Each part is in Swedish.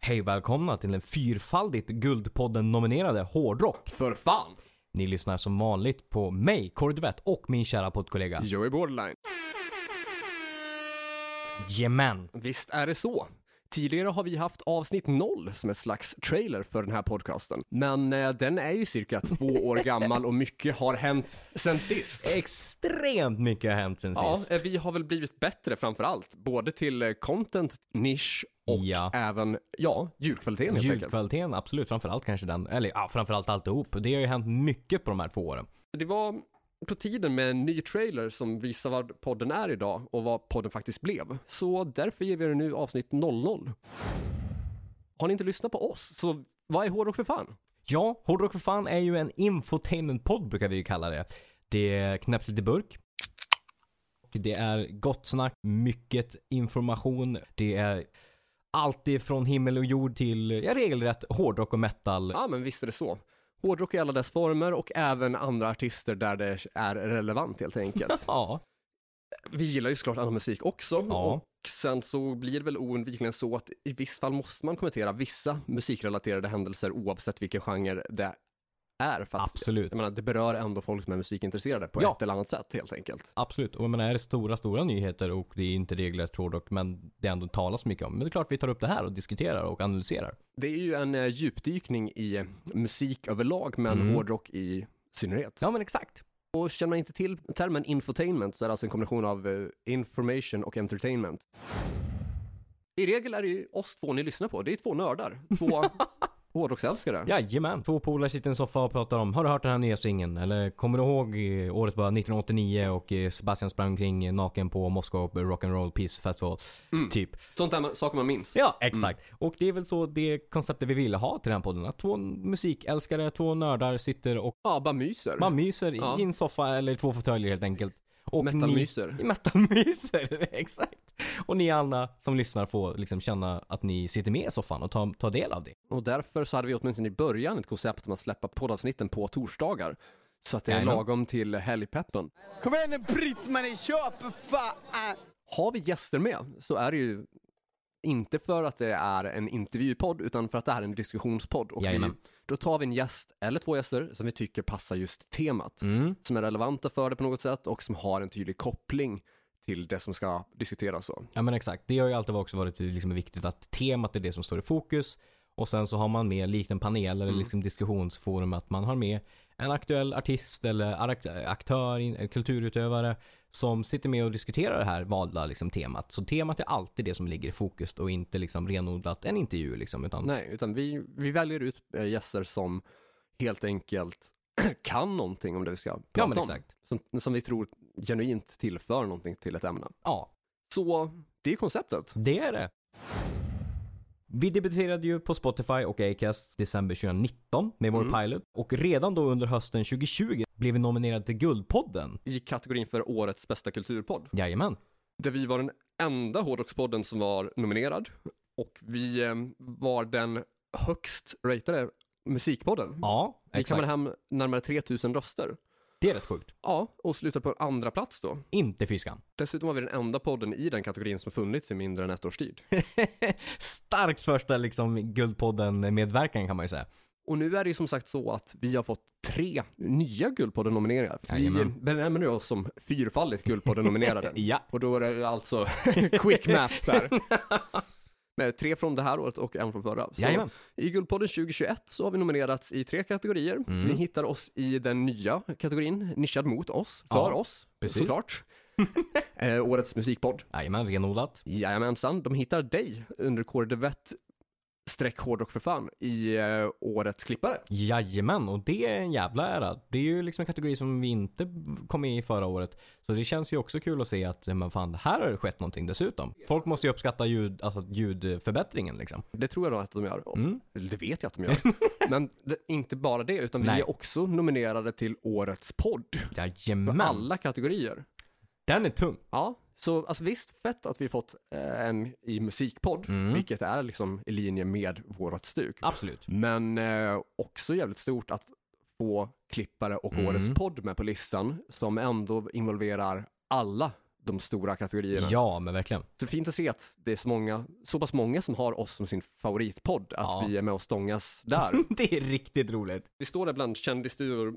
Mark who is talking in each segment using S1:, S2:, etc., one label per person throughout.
S1: Hej välkomna till den fyrfaldigt Guldpodden-nominerade Hårdrock.
S2: För fan!
S1: Ni lyssnar som vanligt på mig, Kåre Duvett och min kära poddkollega.
S2: Joey Borderline.
S1: Jemen.
S2: Visst är det så. Tidigare har vi haft avsnitt 0 som ett slags trailer för den här podcasten. Men eh, den är ju cirka två år gammal och mycket har hänt sen sist.
S1: Extremt mycket har hänt sen
S2: Ja,
S1: sist.
S2: eh, vi har väl blivit bättre framför allt. Både till eh, content, nisch och
S1: Ja.
S2: även, ja, ljudkvaliteten helt enkelt.
S1: Ljudkvaliteten, absolut. Framförallt kanske den. Eller ja, framförallt alltihop. Det har ju hänt mycket på de här två åren.
S2: Det var på tiden med en ny trailer som visar vad podden är idag och vad podden faktiskt blev. Så därför ger vi er nu avsnitt 00. Har ni inte lyssnat på oss, så vad är hårdrock för fan?
S1: Ja, Hårdrock för fan är ju en infotainment-podd brukar vi ju kalla det. Det knäpps lite burk. Det är gott snack, mycket information. Det är allt ifrån himmel och jord till ja, regelrätt hårdrock och metal.
S2: Ja, men visst är det så. Hårdrock i alla dess former och även andra artister där det är relevant helt enkelt.
S1: Ja,
S2: Vi gillar ju såklart annan musik också.
S1: Ja.
S2: Och sen så blir det väl oundvikligen så att i viss fall måste man kommentera vissa musikrelaterade händelser oavsett vilken genre det är. För att
S1: absolut.
S2: Jag menar, det berör ändå folk som är musikintresserade på
S1: Ja.
S2: ett eller annat sätt helt enkelt.
S1: Absolut. Och jag menar, är det stora, stora nyheter och det är inte regelrätt hårdrock men det ändå talas mycket om. Men det är klart vi tar upp det här och diskuterar och analyserar.
S2: Det är ju en eh, djupdykning i eh, musik överlag, men
S1: Mm.
S2: hårdrock i synnerhet.
S1: Ja, men exakt.
S2: Och känner man inte till termen infotainment så är det alltså en kombination av eh, information och entertainment. I regel är det ju oss två ni lyssnar på. Det är två nördar. Två hårdrocksälskare.
S1: Jajamän. Två polare sitter i en soffa och pratar om Har du hört den här nya singeln? Eller kommer du ihåg eh, året var 1989 och eh, Sebastian sprang omkring eh, naken på Moskva Rock'n'Roll Peace Festival?
S2: Mm.
S1: Typ.
S2: Sånt där man, saker man minns.
S1: Ja, exakt. Och det är väl så det konceptet vi ville ha till den här podden. Att två musikälskare, två nördar sitter och
S2: Ja, bara myser.
S1: man myser i-
S2: Ja.
S1: i en soffa eller två fåtöljer helt enkelt. Och ni-
S2: Metalmyser.
S1: Metalmyser, exakt. Och ni alla som lyssnar får liksom känna att ni sitter med i soffan och tar, tar del av det.
S2: Och därför så hade vi åtminstone i början ett koncept om att släppa poddavsnitten på torsdagar. Så att det är
S1: Jajamän.
S2: lagom till helgpeppen.
S3: Kom igen nu Britt-Marie, kör för fan!
S2: Har vi gäster med så är det ju inte för att det är en intervjupodd utan för att det här är en diskussionspodd. Och vi,
S1: Jajamän.
S2: då tar vi en gäst eller två gäster som vi tycker passar just temat.
S1: Mm.
S2: Som är relevanta för det på något sätt och som har en tydlig koppling till det som ska diskuteras. Så.
S1: Ja men exakt, det har ju alltid också varit liksom viktigt att temat är det som står i fokus. Och sen så har man med, likt en panel eller liksom diskussionsforum, att man har med en aktuell artist eller arak- aktör, in- en kulturutövare som sitter med och diskuterar det här valda liksom, temat. Så temat är alltid det som ligger i fokus och inte liksom renodlat en intervju liksom, utan
S2: Nej, utan vi, vi väljer ut eh, gäster som helt enkelt kan någonting om det vi ska prata
S1: Ja men
S2: om.
S1: exakt.
S2: Som, som vi tror genuint tillför någonting till ett ämne.
S1: Ja,
S2: Så det är konceptet.
S1: det är det. Vi debuterade ju på Spotify och Acast december 2019 med vår pilot och redan då under hösten 2020 blev vi nominerade till Guldpodden.
S2: I kategorin för årets bästa kulturpodd.
S1: Jajamän.
S2: där vi var den enda hårdrockspodden som var nominerad och vi eh, var den högst ratade musikpodden.
S1: Ja,
S2: vi
S1: exakt.
S2: kammade hem närmare 3000 röster.
S1: Det är rätt sjukt.
S2: Ja, och slutade på en andra plats då.
S1: Inte fy skam.
S2: Dessutom var vi den enda podden i den kategorin som funnits i mindre än ett års tid.
S1: Starkt första liksom Guldpodden-medverkan kan man ju säga.
S2: Och nu är det ju som sagt så att vi har fått tre nya Guldpodden-nomineringar. Vi
S1: Jajamän.
S2: benämner oss som fyrfaldigt Guldpodden-nominerade.
S1: Ja.
S2: Och då är det alltså quick math där. Med tre från det här året och en från förra. Så
S1: Jajamän.
S2: I Guldpodden 2021 så har vi nominerats i tre kategorier.
S1: Mm.
S2: Ni hittar oss i den nya kategorin, nischad mot oss, för
S1: Ja,
S2: oss,
S1: precis.
S2: såklart. eh, årets musikpodd.
S1: Jajamän, renodlat.
S2: Jajamensan, de hittar dig under Kåre Devett streck hårdrock för fan i eh, årets klippare.
S1: Jajamän, och det är en jävla ära. Det är ju liksom en kategori som vi inte kom med i förra året. Så det känns ju också kul att se att, eh, men fan, här har det skett någonting dessutom. Folk måste ju uppskatta ljud, alltså ljudförbättringen liksom.
S2: Det tror jag nog att de gör.
S1: Mm.
S2: Eller Det vet jag att de gör. Men det, inte bara det, utan
S1: Nej.
S2: vi är också nominerade till årets podd. För
S1: Jajamän.
S2: alla kategorier.
S1: Den är tung.
S2: Ja, så alltså, visst fett att vi fått eh, en i musikpodd,
S1: Mm.
S2: vilket är liksom i linje med vårat stuk.
S1: Absolut.
S2: Men eh, också jävligt stort att
S1: Mm.
S2: få klippare och årets podd med på listan som ändå involverar alla de stora kategorierna.
S1: Ja, men verkligen.
S2: Så fint att se att det är så många, så pass många som har oss som sin favoritpodd, att
S1: Ja.
S2: vi är med och stångas där.
S1: Det är riktigt roligt.
S2: vi står där bland kändisdyror,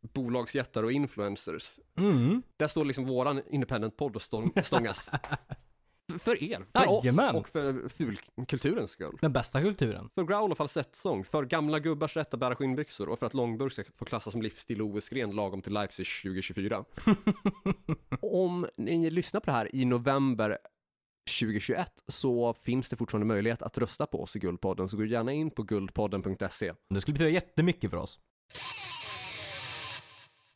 S2: bolagsjättar och influencers.
S1: Mm.
S2: Där står liksom våran independent-podd och stång- stångas. F- för er, för
S1: Jajamän.
S2: oss och för fulkulturens skull.
S1: Den bästa kulturen.
S2: För growl och falsettsång, för gamla gubbars rätt att bära skinnbyxor och för att långburk ska få klassas som livsstil och OS-gren lagom till Leipzig 2024. Om ni lyssnar på det här i november 2021 så finns det fortfarande möjlighet att rösta på oss i Guldpodden, så gå gärna in på guldpodden.se.
S1: Det skulle betyda jättemycket för oss.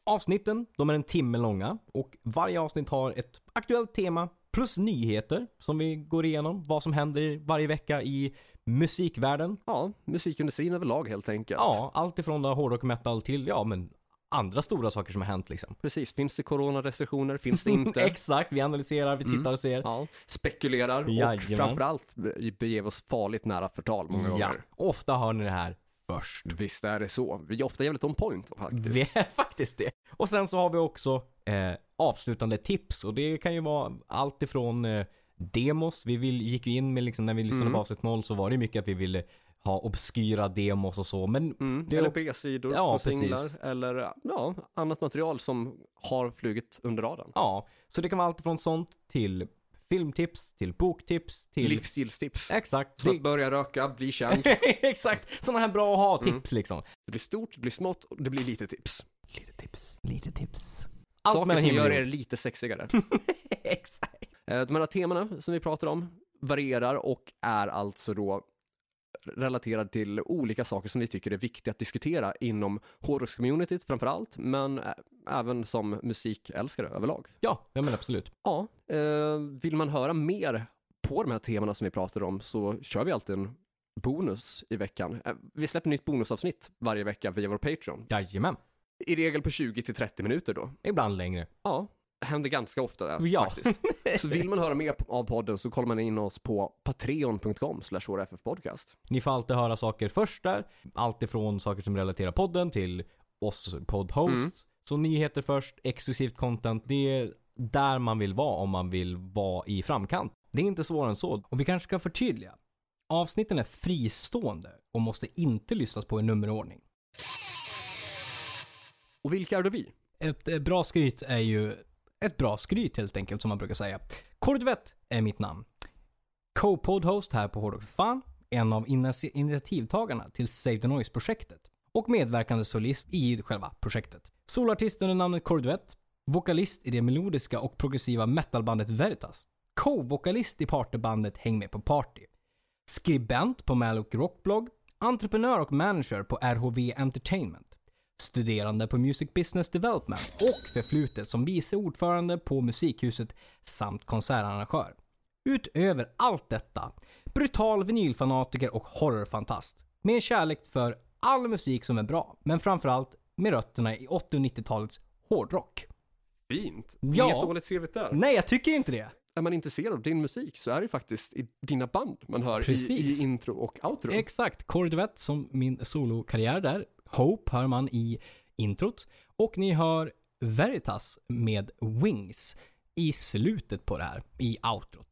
S1: Avsnitten, de är en timme långa och varje avsnitt har ett aktuellt tema plus nyheter som vi går igenom. Vad som händer varje vecka i musikvärlden.
S2: Ja, musikindustrin överlag helt enkelt.
S1: Ja, allt ifrån där hårdrock och metal till, ja men andra stora saker som har hänt liksom.
S2: Precis, finns det coronarestriktioner? Finns det inte?
S1: Exakt, vi analyserar, vi tittar och ser.
S2: ja, spekulerar och
S1: Jajamän.
S2: framförallt beger oss farligt nära förtal många
S1: Ja,
S2: gånger.
S1: ofta hör ni det här först.
S2: Visst är det så. Vi är ofta jävligt on point faktiskt.
S1: Vi är faktiskt det. Och sen så har vi också eh, avslutande tips och det kan ju vara allt ifrån eh, demos. Vi vill, gick ju in med liksom när vi lyssnade
S2: Mm.
S1: på avsnitt 0 så var det mycket att vi ville ha obskyra demos och så men det är
S2: Mm, eller
S1: också,
S2: B-sidor
S1: Ja,
S2: på singlar
S1: precis.
S2: eller ja, annat material som har flugit under radarn.
S1: ja, så det kan vara allt ifrån sånt till filmtips, till boktips, till
S2: Livsstilstips.
S1: Exakt,
S2: Som
S1: Äh, det, Äh.
S2: att börja röka, bli känd.
S1: exakt. Sådana här bra att
S2: Mm.
S1: ha-tips liksom.
S2: Det blir stort, det blir smått och det blir lite tips.
S1: Lite tips. Lite tips. Allt
S2: Saker
S1: mellan
S2: som
S1: himmel
S2: gör
S1: och
S2: er
S1: jord.
S2: lite sexigare.
S1: Exakt.
S2: Eh, De här temana som vi pratar om varierar och är alltså då relaterad till olika saker som vi tycker är viktiga att diskutera inom hårdrockscommunityt framför allt, men ä- även som musikälskare överlag.
S1: Ja, ja men absolut.
S2: Ja, eh, vill man höra mer på de här temana som vi pratar om så kör vi alltid en bonus i veckan. Eh, Vi släpper nytt bonusavsnitt varje vecka via vår Patreon.
S1: Jajamän.
S2: I regel på 20 till 30 minuter då.
S1: Ibland längre.
S2: Ja, händer ganska ofta eh,
S1: Ja.
S2: faktiskt. Så vill man höra mer av podden så kollar man in oss på patreon.com slash podcast.
S1: Ni får alltid höra saker först där. Allt ifrån saker som relaterar podden till oss poddhosts. Så nyheter först, exklusivt content. Det är där man vill vara om man vill vara i framkant. Det är inte svårare än så. Och vi kanske ska förtydliga. Avsnitten är fristående och måste inte lyssnas på i nummerordning.
S2: Och vilka är då vi?
S1: Ett eh, bra skryt är ju ett bra skryt helt enkelt som man brukar säga. Kordvett är mitt namn. Co-podhost här på Hårdrock för fan. En av initi- initiativtagarna till Save the Noise-projektet. Och medverkande solist i själva projektet. Solartist under namnet Kordvett. Vokalist i det melodiska och progressiva metalbandet Veritas. Co-vokalist i partybandet Häng med på party. Skribent på Malok Rockblogg. Entreprenör och manager på RHV Entertainment studerande på Music Business Development och förflutet som vice ordförande på Musikhuset samt konsertarrangör. Utöver allt detta, brutal vinylfanatiker och horrorfantast. Med en kärlek för all musik som är bra, men framförallt med rötterna i 80 och 90-talets hårdrock.
S2: Fint.
S1: Ja.
S2: Inget dåligt cvt där.
S1: Nej, jag tycker inte det.
S2: Är man intresserad av din musik så är det faktiskt i dina band man hör i,
S1: Precis.
S2: i intro och outro.
S1: Exakt. Corduvet som min solokarriär där. Hope hör man i introt. Och ni hör Veritas med Wings i slutet på det här, i outrot.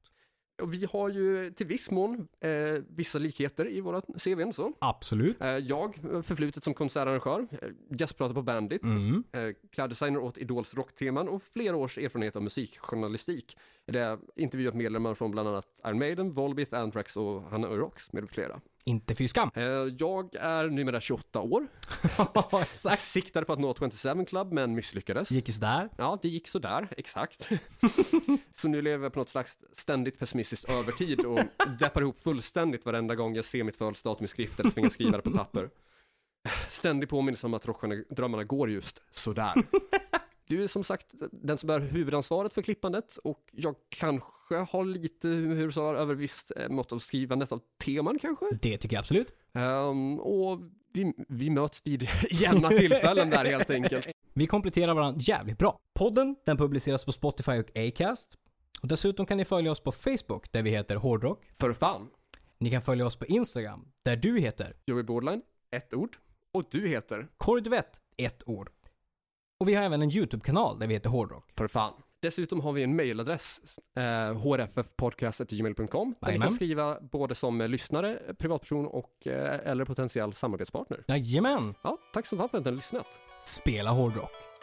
S2: Och vi har ju till viss mån eh, vissa likheter i våra CVn så.
S1: Absolut.
S2: Eh, jag, eh, förflutet som konsertarrangör, eh, gästpratar på Bandit,
S1: Mm.
S2: eh, kläddesigner åt Idols rockteman och flera års erfarenhet av musikjournalistik. Där jag intervjuat medlemmar från bland annat Iron Maiden, Volbeat, Anthrax och Hanna Rocks med flera.
S1: Inte fy skam.
S2: Eh, jag är numera 28 år,
S1: Exakt.
S2: siktade på att nå 27 Club men misslyckades.
S1: Gick ju sådär.
S2: Ja, det gick sådär, exakt. så nu lever jag på något slags ständigt pessimistiskt övertid och deppar ihop fullständigt varenda gång jag ser mitt födelsedatum i skrift eller tvingas skriva det på papper. Ständig påminnelse om att rockstjärnedrömmarna går just sådär. Du är som sagt den som bär huvudansvaret för klippandet och jag kanske har lite hur så över visst eh, mått av skrivandet av teman kanske.
S1: Det tycker jag absolut.
S2: Ehm, och vi, vi möts vid jämna tillfällen där helt enkelt.
S1: Vi kompletterar varandra jävligt bra. Podden, den publiceras på Spotify och Acast. Och dessutom kan ni följa oss på Facebook, där vi heter Hårdrock.
S2: För fan.
S1: Ni kan följa oss på Instagram, där du heter
S2: Joey Bordline, ett ord. Och du heter,
S1: Korduvet, ett ord. Och vi har även en YouTube-kanal där vi heter Hårdrock.
S2: för fan. Dessutom har vi en mejladress, eh, hrffpodcast.gmail.com, där ni
S1: Jajamän.
S2: kan skriva både som eh, lyssnare, privatperson och eh, eller potentiell samarbetspartner.
S1: Jajamän!
S2: Ja, tack så fan för att ni har lyssnat.
S1: Spela hårdrock.